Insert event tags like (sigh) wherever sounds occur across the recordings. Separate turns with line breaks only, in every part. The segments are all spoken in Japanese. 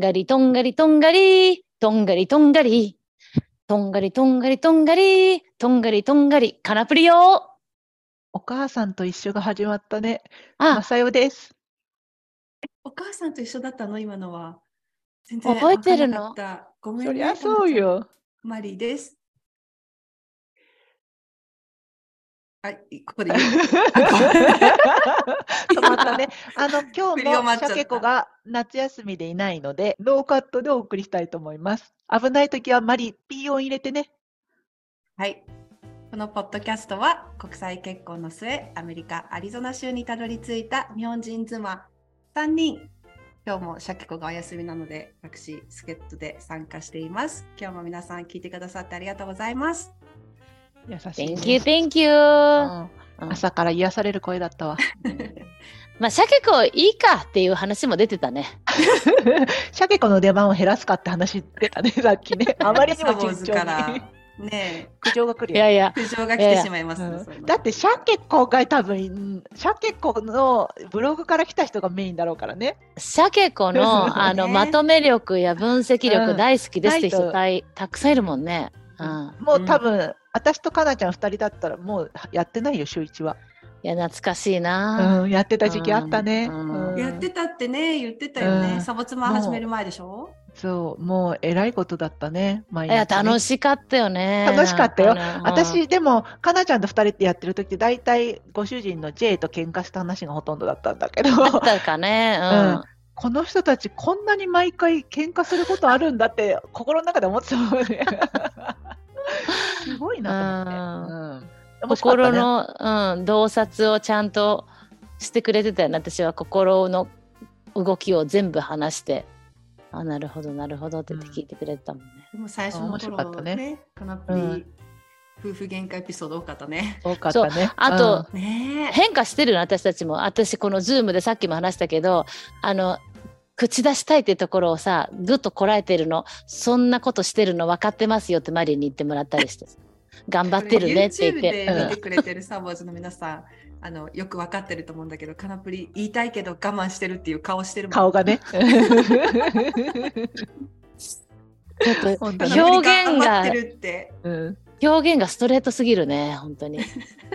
がりとんがりとんがり、とんがりとんがり、とんがりとんがりとんがり、とんがりとんがり、カナプリよ。
お母さんと一緒が始まったね。ま
あ、
さよです。
お母さんと一緒だったの今のは。全
覚えてるの
わかんなかったごめん
そ
ね。
りゃそう
かなち
よ。
ゃん。マリーです。はい、ここでいいよ
止まったね。あの、今
振
日
りを
も
待っちゃ
シャ
った
ケ子が夏休みでいないので、ノーカットでお送りしたいと思います。危ない時はマリ、ピー音入れてね。
はい。このポッドキャストは国際結婚の末、アメリカ・アリゾナ州にたどり着いた日本人妻3人。今日もシャキコがお休みなので、私、助っ人で参加しています。今日も皆さん聞いてくださってありがとうございます。
優しいね、
Thank you, thank you.
う
うんん
朝から癒される声だったわ。 (laughs)
まあ、鮭子いいかっていう話も出てたね。
シャケ子の出番を減らすかって話出たね、さっきね。あまりにも
サボー
順
ズ
調
から
に。
ねえ、
(laughs) 苦情が来る
い
よ。
やいや、
苦情が来
いやい
て
や
しまいますね。そ
うんん
な
だって、シャケ子が多分、うんシャケ子のブログから来た人がメインだろうからね。
鮭子
そう
の、
ね
あの、まとめ力や分析
うん
力大好きですって
ない
人
と
たいたくさんいるもんね。うん。
も
う
うん多分、私とかなちゃん二人だったらもうやってないよ週一はい
や、懐かしいな。
うんやってた時期あったね
うん
うん
やってたってね、言ってたよね。
うん
サボ妻始める前でしょ
そうもうえらいことだったね毎
い
日ね
や、楽しかったよね。
楽しかったよ
なんかね、うん
私でもかなちゃんと二人ってやってる時って大体ご主人の J と喧嘩した話がほとんどだったんだけど
あったかね。
うんこの人たちこんなに毎回喧嘩することあるんだって心の中で思ってたもんねすごいなと思って、うん
うん。
楽しかったね
心の、うん、洞察をちゃんとしてくれてたよね。私は心の動きを全部話して、あ、なるほど、なるほどって言って聞いてくれてたもんね。
でも最初
あ面
の
白かっ
頃
た
ね、
ね
カナプリ、
うん
夫婦喧嘩エピソード多かった
(laughs)
ね。
多かったね
あと、
ねえ。
変化してるの私たちも私このズームでさっきも話したけどあの口出したいってところをさぐっとこらえてるのそんなことしてるの分かってますよってマリーに言ってもらったり
(laughs)
して頑張ってるねって言っ
YouTube で見
て
てくれてるサボーズの皆さん、あのよくわかってると思うんだけど、カナプリ言いたいけど我慢してるっていう顔してるもん。
顔がね
うんちょっ
本当に
カナプリ
表現が
頑張ってるって。
うん
と表現がストレートすぎるね本当に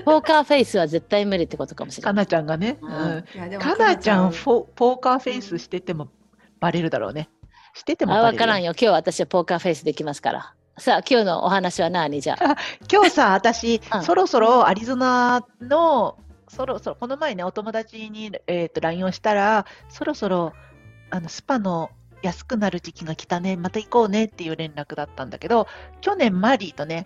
ポーカーフェイスは絶対無理ってことかもしれ
か
ない
なちゃんがね、
う
うんん、
いやでも
かなちゃん
カナ
フォポーカーフェイスしててもバレるだろうねしてても
あ
バレ
分
る
からんよ今日は私はポーカーフェイスできますからさあ今日のお話は何じゃあ
今日さ私、
(laughs) うん
そろそろアリゾナのそろそろこの前ねお友達に、えー、と LINE をしたらそろそろあのスパの安くなる時期が来たねまた行こうねっていう連絡だったんだけど去年マリーとね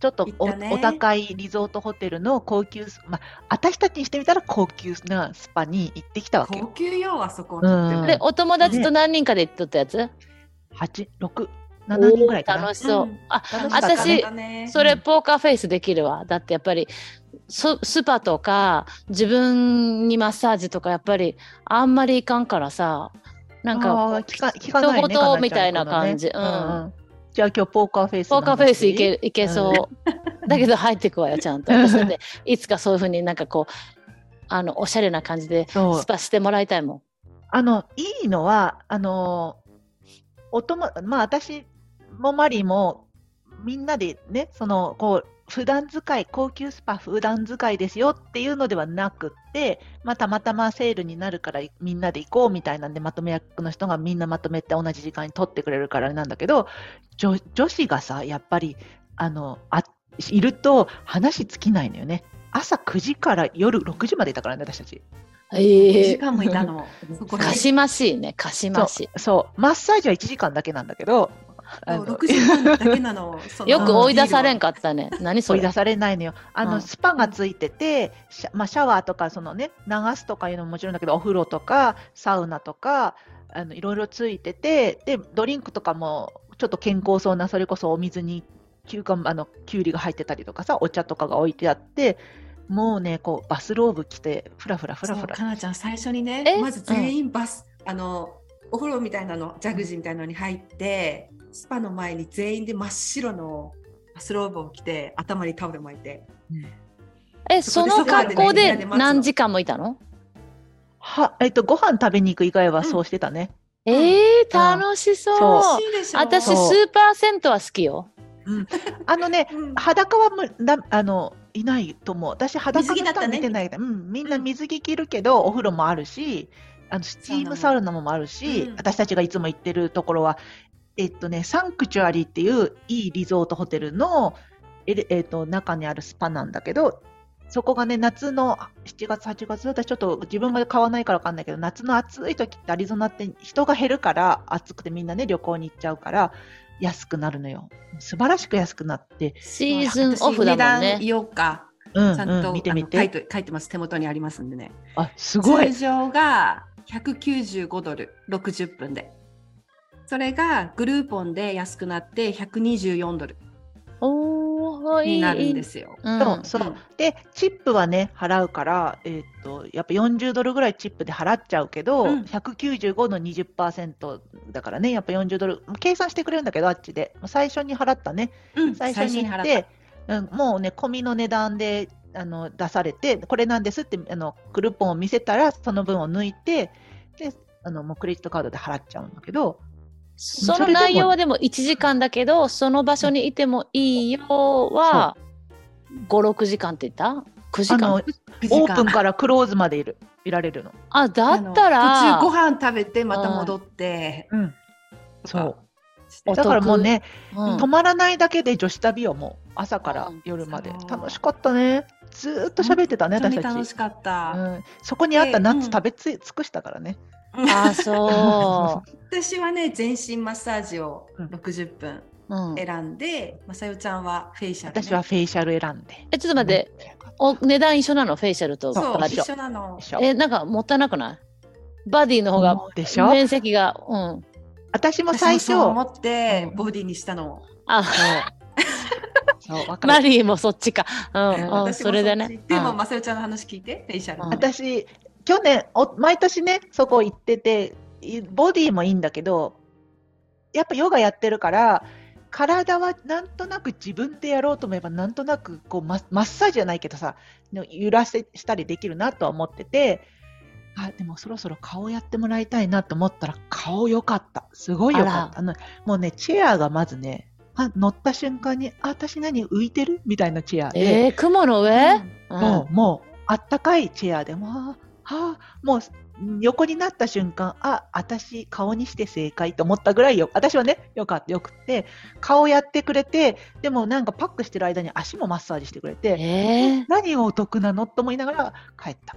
ちょっとお
行ったね
お高いリゾートホテルの高級ス、まあ、私たちにしてみたら高級なスパに行ってきたわけ
高
よ。
級よあそこは
うん
でお友達と何人かで行っとったやつ、
8、6、7人ぐらいかな。
楽しそう、
うん
あ
楽しかった
私
ね
それポーカーフェイスできるわ。だってやっぱりそスパとか自分にマッサージとかやっぱりあんまりいかんからさなん
あ
か
ー聞か聞かな
人
いね。かなちゃ
ご
んことの
みたいな感じ
ね
うん
じゃあ今日ポーカーフェイス
ポ
の
ーカーフェイスいけ
話
るいけそう、だけど入ってくわよちゃんと私だっていつかそういうふうになんかこうあのおしゃれな感じで
そう
スパしてもらいたいもん
あのいいのはあのおともまあ私もマリーもみんなでねそのこう普段使い高級スパ普段使いですよっていうのではなくって、まあ、たまたまセールになるからみんなで行こうみたいなんでまとめ役の人がみんなまとめて同じ時間に取ってくれるからあれなんだけど女女子がさやっぱりあのあいると話尽きないのよね朝9時から夜6時までいたからね私たち。
1
え
時間もいたのそこに
かしましいねかしまし
そう、マッサージは1時間だけなんだけど、あ
もう
の
6時間だけな
(laughs)
の
よく追い出されん
か
かったね何そ
追い
れ
出されないのよ。あ
う
の
ん
スパがついてて、シャまあ、シャワーとかその、ね、流すとかいうのももちろんだけど、お風呂とかサウナとかあのいろいろついててで、ドリンクとかもちょっと健康そうな、それこそお水にきゅうかあのきゅうりが入ってたりとかさ、お茶とかが置いてあって、もうね、こうバスローブ着て、ふらふらふらふら。
かなちゃん最初にね
え
まず全員バス、あのお風呂みたいなのジャグジーみたいなのに入ってスパの前に全員で真っ白のバスローブを着て頭にタオル巻いて
えその格好
そこでソファ
で
ーでみんなで待つの
何時間もいたの
はえっと、ご飯食べに行く以外はそうしてたね。
えー、楽しそう。
そ
しいでしょ
私、ス
そう
ーパー銭湯は好きよ。
あのね、
うん
裸はむなあのいないと思う。私、裸の
水着だった
人は
ね
見てないけど、うん、みんな水着着るけど、お風呂もあるし、あのスチームサウナもあるし、
うん
私たちがいつも行ってるところは、えっとね、サンクチュアリーっていういいリゾートホテルの、えれえっと、中にあるスパなんだけど、そこがね、夏の7月、8月、私ちょっと自分が買わないからわかんないけど、夏の暑い時ってアリゾナって人が減るから、暑くてみんなね、旅行に行っちゃうから、安くなるのよ。素晴らしく安くなって、
シーズンオフだもん
私値段
ね。
言おうか。
うん
ちゃんと、
うん、見て見
あの書い
て。
て書いてます。手元にありますんでね。
あ、すごい
通。常が195ドル60分で。それがグルーポンで安くなって124ドル
おー、いい。
になるんですよ。
うん。
そうそう。で、チップはね、払うから、えーっと、やっぱ40ドルぐらいチップで払っちゃうけど、
うん
195の20%だからね、やっぱ40ドル、計算してくれるんだけど、あっちで。最初に払ったね。
うん
最初に行っ
払
て、うん、もうね、込みの値段であの出されて、これなんですってあのクルポンを見せたら、その分を抜いて、であのもうクレジットカードで払っちゃうんだけど、
そ
そ
の
れでも
内容はでも1時間だけど、その場所にいてもいいよは、5、6時間って言った ?9 時
あ
間
の
あ
9時間
オープンからクローズまでいるいられるの。
だった
あの
ら
途、中ご飯食べてまた戻って、
うん、そう。
して
お
だからもうね、
うん
泊まらないだけで女子旅をもう朝から
うん
夜まで
そう
楽しかったね。ずーっと喋ってたね、
本
私
当に
た
楽
ち
し。かった、
うん、そこにあったナッツ
で
食べつ、尽くしたからね。
あ、そ
私はね全身マッサージを
うん
60分 (laughs)
う。うん、え
選んで、まさよちゃんはフェイシャル、ね、
私はフェイシャル選んで。
ちょっと待って、お値段一緒なのフェイシャルと
そう
バデ
一
ィ。
緒なの
でしょ
え、なんかもったいなくないバディの方が、
でしょ
面積が、うん。
私も
最
最
初
初、
思って
うん
ボディにしたの、
あ、
そうそう、わか
(laughs) マ
る。
リーもそっちか。うん、うん、
私も
それで
っ
ね
ち。でも
うん
まさよちゃんの話聞いてフェイシャル、
うん
私、去年お、毎年ね、そこ行ってて、いボディもいいんだけど、やっぱヨガやってるから、体はなんとなく自分でやろうと思えば、なんとなくこうマッマッサージじゃないけどさ、の揺らせしたりできるなとは思ってて、あでもそろそろ顔やってもらいたいなと思ったら、顔良かった。すごい良かった。あのもうね、チェアがまずね、あ乗った瞬間に、あ、私何浮いてるみたいなチェアで。
えー、雲の上
うん
うん
もう、もう、あったかいチェアでも、あーはあ、もう、横になった瞬間、あ、私、顔にして正解と思ったぐらいよ、私はね、よかった、よくって、顔やってくれて、でもなんかパックしてる間に足もマッサージしてくれて、
え
何がお得なのと思いながら帰った。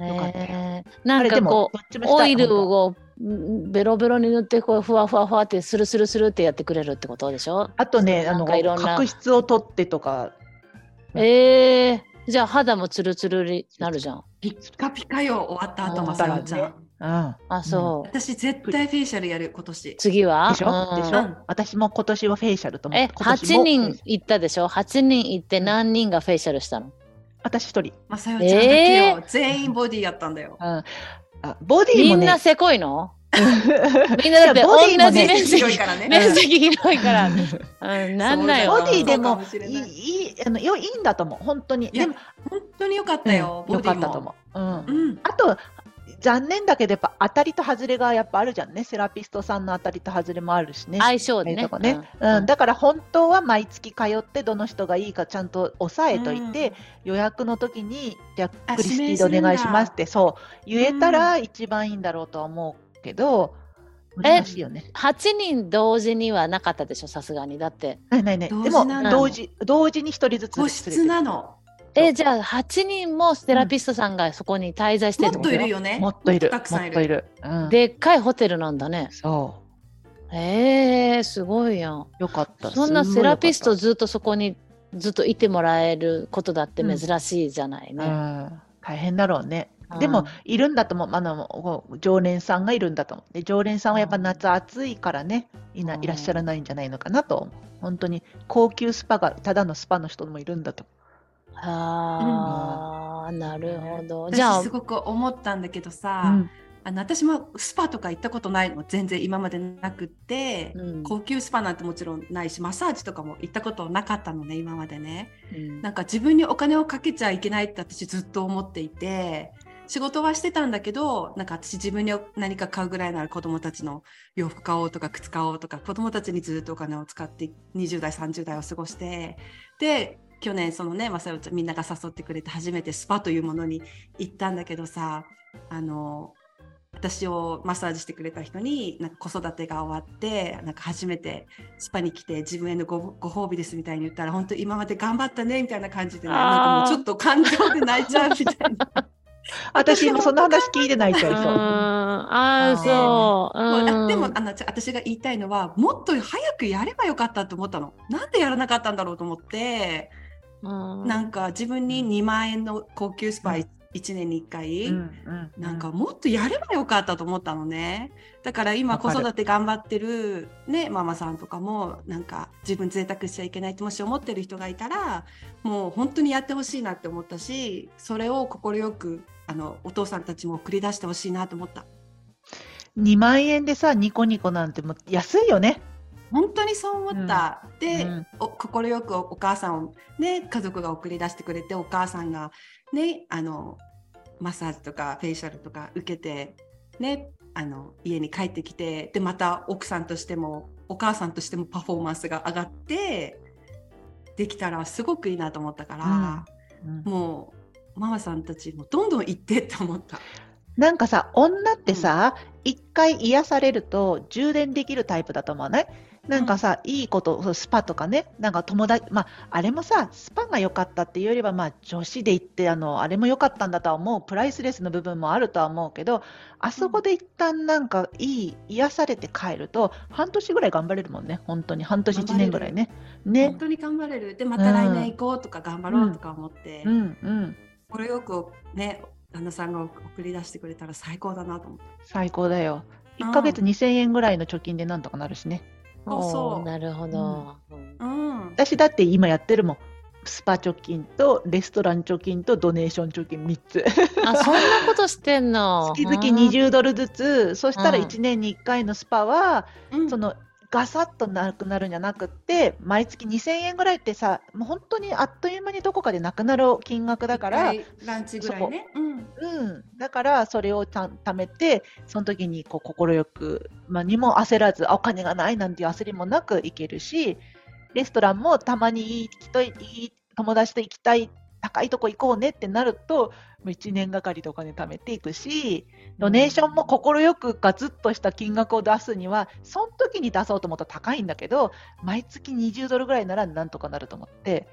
ー、
よかったよ
えー
あ
な
れ
ん
で
か
も
こ、
どっち
う、
もした
オ
い
イル
本
をうんベロベロに塗って、こう、ふわふわふわって、スルスルスルってやってくれるってことでしょ
当あとね、あ
なん
の、
かいろんな
角質を取ってとか、うん
ええー、じゃあ肌もツルツルになるじゃん。
ピッカピカよ終わった後
うん
まさよちゃ
だ
ん、
ろうん。
あ、そう。
私絶対フェイシャルやる今年
次は
でしょ、
うん
でし
う
ょ、
ん
私も今年はフェイシャルと思っ
え
て、今年
8
も
人行ったでしょ8人行って何人がフェイシャルしたの
私一人。
まさよちゃんだけよ、
え
全員ボディやったんだよ
うんあボディ
み
も
ん
ね、 (laughs)
なせこいのみんなだって
いやボディも
同じ
ね
面積
広いから
(laughs)
ね
面積広いから、うん、なんだよ
ボディでも
そうかもしれ
い
ない
いいいあのよいいんだと思う本当に
い
で
や
も
本当に良かったよ、
うん
ボ
よ
デ
かっ
ィも
たと思う、うん
うん、
あと残念だけどやっぱ当たりと外れがやっぱあるじゃんねセラピストさんの当たりと外れもあるしね、
相性で
と
ね
かね、うんだから本当は毎月通ってどの人がいいかちゃんと押さえといて、予約の時にじゃあ
あ
クリスティーでお願いしますってそう言えたら一番いいんだろうとは思うけど、難しいよね
8人同時にはなかったでしょさすがにだって
ないないないで
同時
も
なん
だ
同時同時に一人ずつ
個室なの
えじゃあ8人もセラピストさんがそこに滞在して
も
る
っ
ってこと
いるよね
もっといる。も
た
っ
くさんい
と
る
いる。うん、
でっかいホテルなんだね
そ
えー、すごいやん
う。よかった。
そんな
すご
セ
いよか
ラ
った
ピストずっとそこにずっといてもらえることだって珍しいじゃないうね、
ん。大変だろうね。
うん
でも、いるんだと思う。あの、こう常連さんがいるんだと思う。で、常連さんはやっぱ夏暑いからね、いな
うん
いらっしゃらないんじゃないのかなと思う。本当に、高級スパが、ただのスパの人もいるんだと
ああ、なるほど。じゃ
私
あ
す、ごく思ったんだけどさ、
思う。うん
あの私もスパとか行ったことないの全然今までなくって、
うん
高級スパなんてもちろんないしマッサージとかも行ったことなかったのね今までね
うん
なんか自分にお金をかけちゃいけないって私ずっと思っていて仕事はしてたんだけどなんか私自分に何か買うぐらいなら子供たちの洋服買おうとか靴買おうとか子供たちにずっとお金を使って20代30代を過ごしてで去年そのねまさよちゃんみんなが誘ってくれて初めてスパというものに行ったんだけどさあの私をマッサージしてくれた人になんか子育てが終わってなんか初めてスパに来て自分へのごご褒美ですみたいに言ったら本当今まで頑張ったねみたいな感じで、ね、なんかもうちょっと感情で泣いちゃうみたい
(laughs)
な。
私もその話聞いてないちゃ
う
い
ん
そう。
ああ、そう。
もう
う
あ
ん
でもあのちょ私が言いたいのはもっと早くやればよかったと思ったのなんでやらなかったんだろうと思って
うん
なんか自分に2万円の高級スパイ1年に1回、
うんう
なんかもっとやればよかったと思ったのね。だから今
わ
子
かる
育て頑張ってるね、ママさんとかも、なんか自分贅沢しちゃいけないってもし思ってる人がいたら、もう本当にやってほしいなって思ったし、それを快く、あの、お父さんたちも送り出してほしいなと思った。
2万円でさ、ニコニコなんてもう安いよね。
本当にそう思った。で、
うん
お快くお母さんをね家族が送り出してくれてお母さんがねあのマッサージとかフェイシャルとか受けてねあの家に帰ってきてでまた奥さんとしてもお母さんとしてもパフォーマンスが上がってできたらすごくいいなと思ったから、
うん
もうママさんたちもどんどん行ってって思った。
なんかさ、女ってさ、一回癒されると充電できるタイプだと思わないなんかさ、いいこと、そうスパとかね、なんか友達、まあ、あれもさ、スパが良かったっていうよりは、まあ、女子で行って、あの、あれも良かったんだとは思う、プライスレスの部分もあるとは思うけど、あそこで一旦なんか、いい、癒されて帰ると、半年ぐらい頑張れるもんね、本当に。半年、一年ぐらいね。ね
本。当に頑張れるでまた来年行こうとか頑張ろうとか思って、
うん、うん。
これよくね旦那さんが送り出してくれたら最高だなと思って
最高だよ。
うん
1ヶ月2000円ぐらいの貯金でなんとかなるしね。
そう
おー
そ
なるほど。
う、うん、
私だって今やってるもん。スパ貯金とレストラン貯金とドネーション貯金3つ。
あ、そんなことしてんの。
月々20ドルずつ、そしたら
うん
1年に1回のスパは、
うん
そのガサッとなくなるんじゃなくって、毎月2000円ぐらいってさ、もう本当にあっという間にどこかでなくなる金額だから、
一回ランチぐらいねうん
うん、だからそれをた貯めてその時にこう快く、まあ、にも焦らずあお金がないなんていう焦りもなく行けるしレストランもたまにいい人いい友達と行きたい高いとこ行こうねってなると1年がかりでお金貯めていくしドネーションも快くガツッとした金額を出すにはその時に出そうと思ったら高いんだけど毎月20ドルぐらいならなんとかなると思って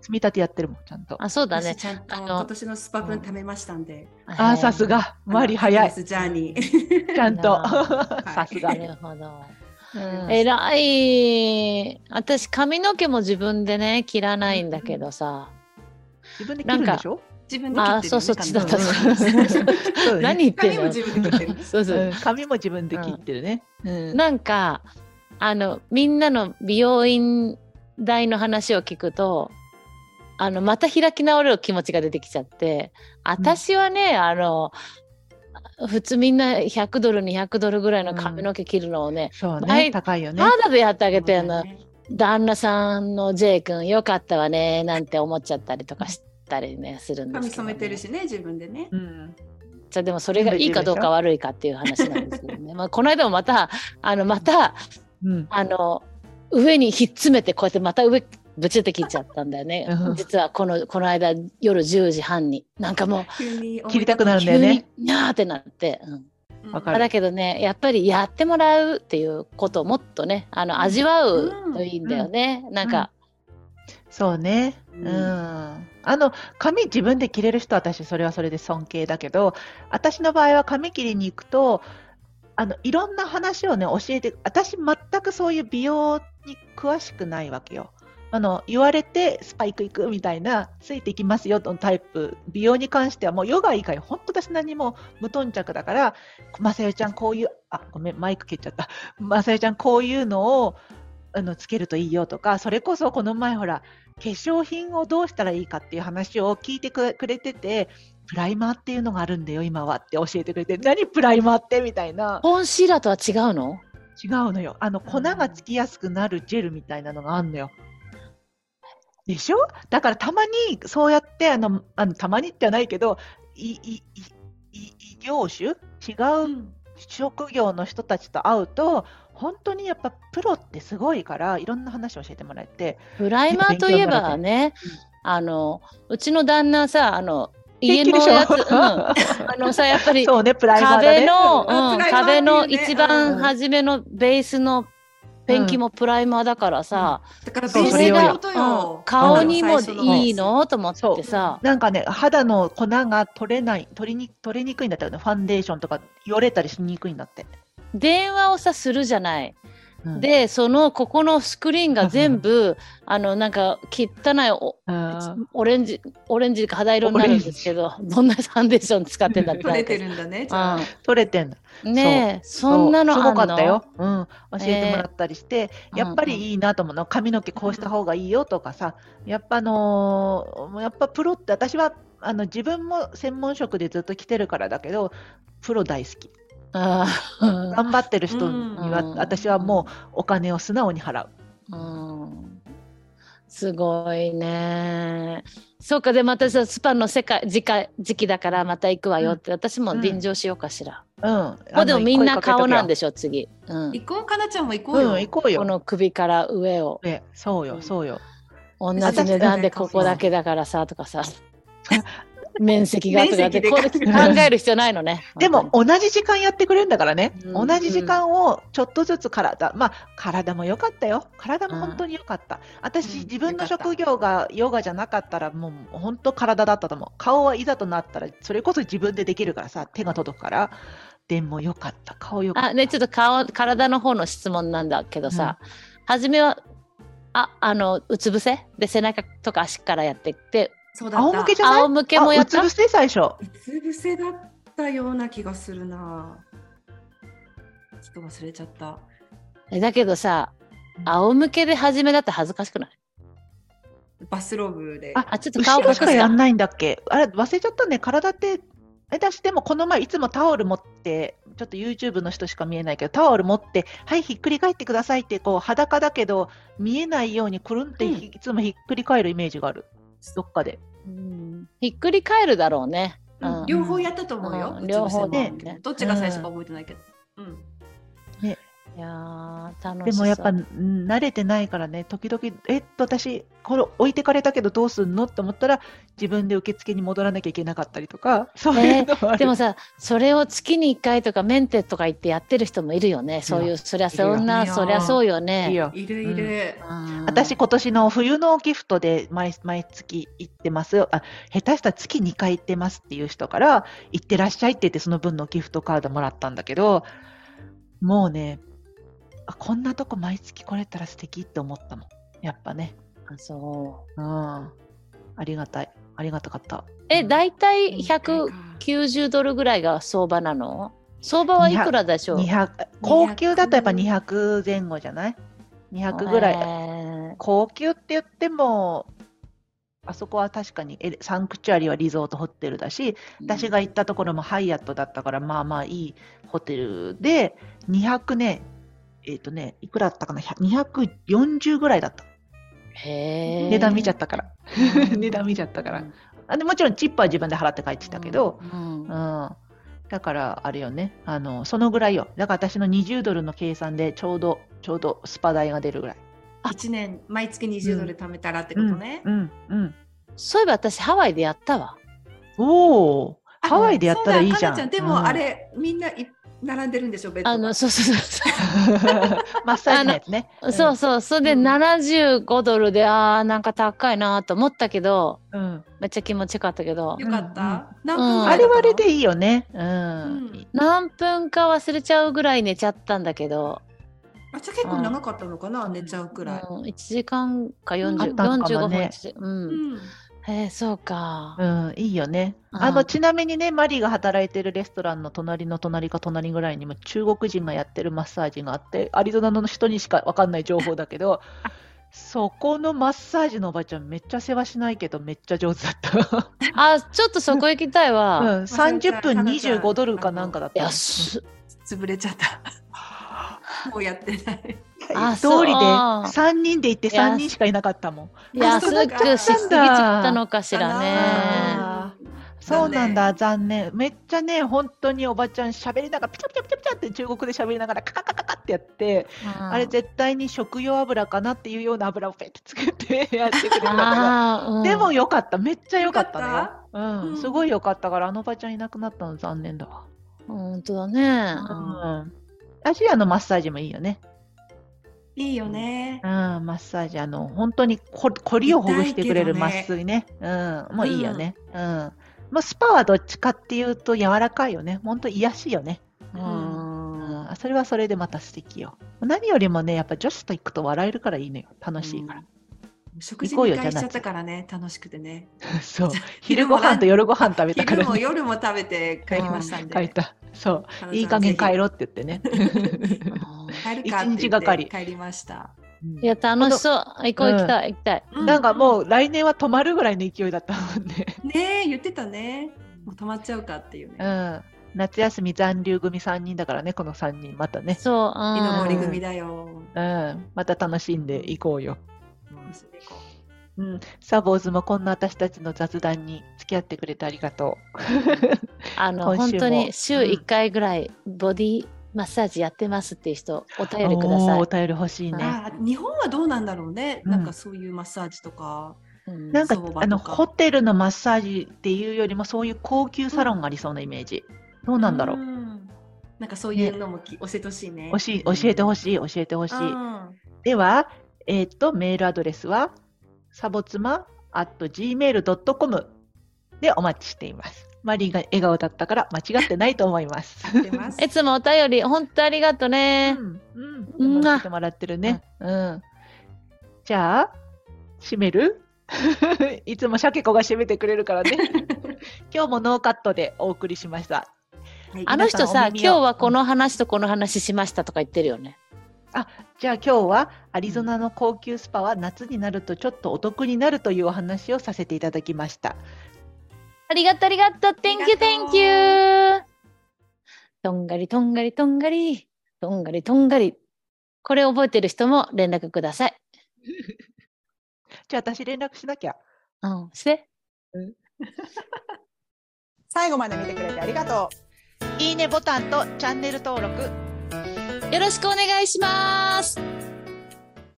積み立てやってるもんちゃんと。
あ、そうだ
私
ね。
ちゃんと
あの
今年のスパ分貯めましたんで、
あーさすがマリ早
ハ
い
ピネスジャーニ
(laughs)
ー
ちゃんと
い
さすが
な
ね
るほど。
(laughs) うん
えらい。私髪の毛も自分でね切らないんだけどさ。
自分で切るんでしょ
自分で切
あ
ってるよね
ー、そうそっちだった。
髪
ん
の
そうね
何言ってん
髪も
の。
自分で切ってる
そうそう
う。ん髪も自分で切ってるね。うん
なんかあのみんなの美容院代の話を聞くとあのまた開き直れる気持ちが出てきちゃって私はね、あの普通みんな100ドル200ドルぐらいの髪の毛切るのをね、
そう
はい
ね、高いよね
ま。だでやってあげてんの、
ね
旦那さんの J 君よかったわねなんて思っちゃったりとかしたりねするんです
髪
けど、
染めてるしね自分でね
うん
じゃあでもそれがいいかどうか悪いかっていう話なんですけど
(laughs)
ね、まあ、この間もまたあのまた
うん
あの上にひっつめてこうやってまた上ぶちって切っちゃったんだよね
うん
実はこのこの間夜10時半になんかもう
急に思い
切りたくなるんだ
急
よ
に
ね。
なーってなって、うん
うん
わか
まあ
る
だけどねやっぱりやってもらうっていうことをもっとねあの味わうといいんだよね、なんか、
そうね。
う
うんん。あの、髪自分で切れる人は私、それはそれで尊敬だけど、私の場合は髪切りに行くと、あの、いろんな話をね、教えて、私全くそういう美容に詳しくないわけよ。あの、言われて、スパイク行くみたいな、ついてきますよのタイプ、美容に関してはもうヨガ以外、本当私何も無頓着だから、まさよちゃんこういう、あ、ごめん、マイク蹴っちゃった。 (laughs) まさよちゃんこういうのを、あの、つけるといいよとか、それこそこの前ほら、化粧品をどうしたらいいかっていう話を聞いてくれてて、プライマーっていうのがあるんだよ、今はって教えてくれて、何プライマーってみたいな。
コンシーラーとは違うの
違うのよ。あの、粉がつきやすくなるジェルみたいなのがあんのよ。でしょだからたまにそうやって、あの、あのたまにじゃないけど、いいい業種、違
う
うん職業の人たちと会うと、本当にやっぱプロってすごいから、いろんな話を教えてもらえて、
プライマーといえばね
勉強になるね、
あの、うちの旦那さ、あの、家
で
の
きる
や
で
つ、
しょ
うん、あのさ、や
(laughs)
っぱり、
そうね、プライマーだ
壁
ね。
の、
うん
うん、
プライマーってい
壁
うね
の一
う
番
ん
初めのベースのペンキもプライマーだからさ、
だから
そう
ベー
そ
ス
れ
の
が、
こと
う
よ
ん。顔にも
最初の
いいのと思ってさ、
なんかね、肌の粉が取れない、取りに取れにくいんだったよね、ファンデーションとか、よれたりしにくいんだって。
電話をさ、するじゃない。
うん、
で、その、ここのスクリーンが全部、あの、なんか、汚いお
あー
オレンジ、オレンジか肌色になるんですけど、どんなファンデーション使ってんだって
(laughs) 取れてるんだね。じゃあ、
取れてんだ。
ねえ、そんなの
そう
あ
す
ん
ご
の
かったよ。うん、教えてもらったりして、
えー
やっぱりいいなと思うの、髪の毛こうした方がいいよとかさ、やっぱあのーやっぱプロって私はあの自分も専門職でずっと来てるからだけど、プロ大好き。
ああ
頑張ってる人には、
うん
私はもうお金を素直に払う。
うんすごいね。そうか、で、またさスパの世界時間時期だからまた行くわよって、私も臨場しようかしら。
うん。も
もうでもみんな顔なん
で。
でしょ、次。うん、
行こうかなちゃんも行こ
う、
うんよ。
行こう
こ
よ。
の首から上を。
ね、そう
う
よ、
ん
そうよ。
同じ値段でここだけだからさ、とかさ。 (laughs) 面積がとかで、これ考える必要ないのね。
でも、同じ時間やってくれるんだからね、
うん
同じ時間をちょっとずつ体、まあ、体も良かったよ、体も本当に良かった、私、
うん
自分の
良かった
職業がヨガじゃなかったら、もう本当、体だったと思う、顔はいざとなったら、それこそ自分でできるからさ、手が届くから、でも良かった、顔良かった。
あねちょっと顔体の方の質問なんだけどさ、初めはああのうつ伏せで背中とか足からやっていって
そうだった。
仰向けじゃない
仰向けもや
あ
っ
うつ
た
伏せ最初。
うつ伏せだったような気がするな。ちょっと忘れちゃった。
えだけどさ
うん
仰向けで初めだって恥ずかしくない
バスローブで。
あ
あちょっと顔
後
隠
ろ
す
し
か
かやんないんだっけあれ、忘れちゃったね、体って、え出してもこの前、いつもタオル持って、ちょっと YouTube の人しか見えないけど、タオル持って、はい、ひっくり返ってくださいって、こう裸だけど、見えないようにくるんって、
うん
ひいつもひっくり返るイメージがある、どっかで。
うんひっくり返るだろうね、うん
うん両方やったと思うよ。
うん両方
ね
うつ伏せもどっちが最初か覚えてないけど。うん。
いやー楽し
で
そう
もやっぱ、うん慣れてないからね、時々、えっと、私、これ置いてかれたけど、どうすんのと思ったら、自分で受付に戻らなきゃいけなかったりとか、そういうのもある。
でもさそれを月に1回とかメンテとか行ってやってる人もいるよねそういうそりゃそん
い
な
るよ
そりゃそうよね
いいよ
いるいる。
うん
私、今年の冬のギフトで毎毎月行ってますよあ、下手したら月2回行ってますっていう人から、行ってらっしゃいって言って、その分のギフトカードもらったんだけど、もうね、あこんなとこ毎月来れたら素敵って思ったもん、やっぱね。
あそう
うん、ありがたい、ありがたかった。
え大体
い
100
いか
90ドルぐらいが相場なの相場はいくらでしょう
200高級だとやっぱ200前後じゃない200ぐらい、
えー
高級って言ってもあそこは確かにえサンクチュアリはリゾートホテルだし私が行ったところもハイアットだったからまあまあいいホテルで200ねえっ、とねいくらだったかな100 240ぐらいだった
へー (laughs)
値段見ちゃったから (laughs) 値段見ちゃったからあでもちろんチップは自分で払って帰ってきたけど、
うん
うん、だからあれよねあのそのぐらいよだから私の20ドルの計算でちょうどちょうどスパ代が出るぐらい
一年毎月20ドル貯めたらってことね
う。んうん
そういえば私ハワイでやったわ
おお
あ
ハワイでやったらいいじゃん
そうだかなちで
う
も
ん
あれみんない並んでるんでしょベッドが
あのそうそうそう
(laughs) マッサージのやつ (laughs) ね
そうそうそうそれで
うん
75ドルであーなんか高いなと思ったけど
うん、
めっちゃ気持ちよかったけど
よかった。
うんうん
何分ぐ
あ
らい
れ
だったの
はあれでいいよねうん、
ん
何分か忘れちゃうぐらい寝ちゃったんだけど、
あじゃあ結構長かったのかな、寝ちゃうく
うん、
らい。
1時間か
あ
40
ったのか
45
も
分
ね
一時うん
うん。
へえそうか
うん、いいよね、
うん
あのちなみにねマリが働いてるレストランの隣の隣か隣ぐらいにも中国人がやってるマッサージがあってアリゾナの人にしかわかんない情報だ
(laughs)
けどそこのマッサージのおばちゃんめっちゃ世話しないけどめっちゃ上手だった、
あちょっとそこ行きたいわ、
うん、
忘れちゃう
30分25ドルかなんかだっ
い
た
やす
潰れちゃった。 (laughs) もうやってない。
あ
通りで3人で行って
いや
3人しかいなかったもん
安くしすぎちゃったのかしら
かな
ね。
あ
そうなんだ、残念。めっちゃね、本当におばちゃん喋りながら、ピチャピチャピチャピチャって中国で喋りながら、カカカカカってやって、あれ絶対に食用油かなっていうような油をペッて作ってやってくれたから。
あー、うん
でもよかった、めっちゃよかったの
よ
よ。う
うん
ん、すごいよかったから、あのおばちゃんいなくなったの残念だわ。
本当だね。
うん。アジアのマッサージもいいよね。
いいよね
うん、。マッサージ、あの、本当にこ、こりをほぐしてくれる
痛い
麻
けど
酔ね。うん、もういいよね。うん。もうスパはどっちかっていうと柔らかいよね。本当癒やしいよね。
う
うん
ん。
それはそれでまた素敵よ。何よりもね、やっぱ女子と行くと笑えるからいいのよ。楽しいから。
食事
行こうよ
2回しちゃったからね、楽しくてね。
そう。
昼
昼
も
ご
ラン
飯と夜ご飯食べたから、
昼
ね。
も夜も食べて帰りましたんで。
帰った。そう。
彼女はい
い加減帰
ぜ
ろって言ってね。
ひ帰るかって言って
一日がかり
帰りました。
(laughs) いや、楽しそう。行こう、
うん
行きたい、行きたい。
う
なんかもう来年は止まるぐらいの勢いだったもんね。
ねえ言ってたね。もう止まっちゃうかっていう
う
ね。
ん。夏休み残留組3人だからね、この3人。またね。
そう、うん。
木の森組だよ。
うん。また楽しんでいこうよ。
それこ
うん。サボーズもこんな私たちの雑談に付き合ってくれてありがと
あの、
今
本
週も
当に週
うん
1回ぐらいボディマッサージやってますっていう人、お
う。
便りくださ
おー
い
お。便り欲しいね。
あー日本はどうなんだろうね。
うん
なんかそういうマッサージとか。
うん
なんか
相場とか
あのホテルのマッサージっていうよりもそういう高級サロンがありそうなイメージ、どうなんだろう、
んなんかそういうのもき教えてほしいね。
教え教えてほしい教えてほしい、
うん
では、えっとメールアドレスはサボツマ at gmail.com でお待ちしていますマリーが笑顔だったから間違ってないと思い
(laughs)
ます、
合って
(laughs)
ます
いつもお便り、本当ありがと
う
ね。
んうん
うん
頑張ってもらってるね、うん、じゃあ閉める (laughs) いつもシャケ子が閉めてくれるからね今日もノーカットでお送りしました
はい
あの人さ、
皆さんお
今
耳を
日はこの話とこの話しましたとか言ってるよね。
じゃあ今日はアリゾナの高級スパは夏になるとちょっとお得になるというお話をさせていただきました。
ありがとう、ありがとう。Thank you,
ありが
thank you.
とう
とんがり、とんがり、とんがり。とんがり、とんがり。これ覚えてる人も連絡ください。
じゃあ私連絡しなきゃ。
うん、して。
最後まで見てくれてありがとう
いいねボタンとチャンネル登録
よろしくお願いします。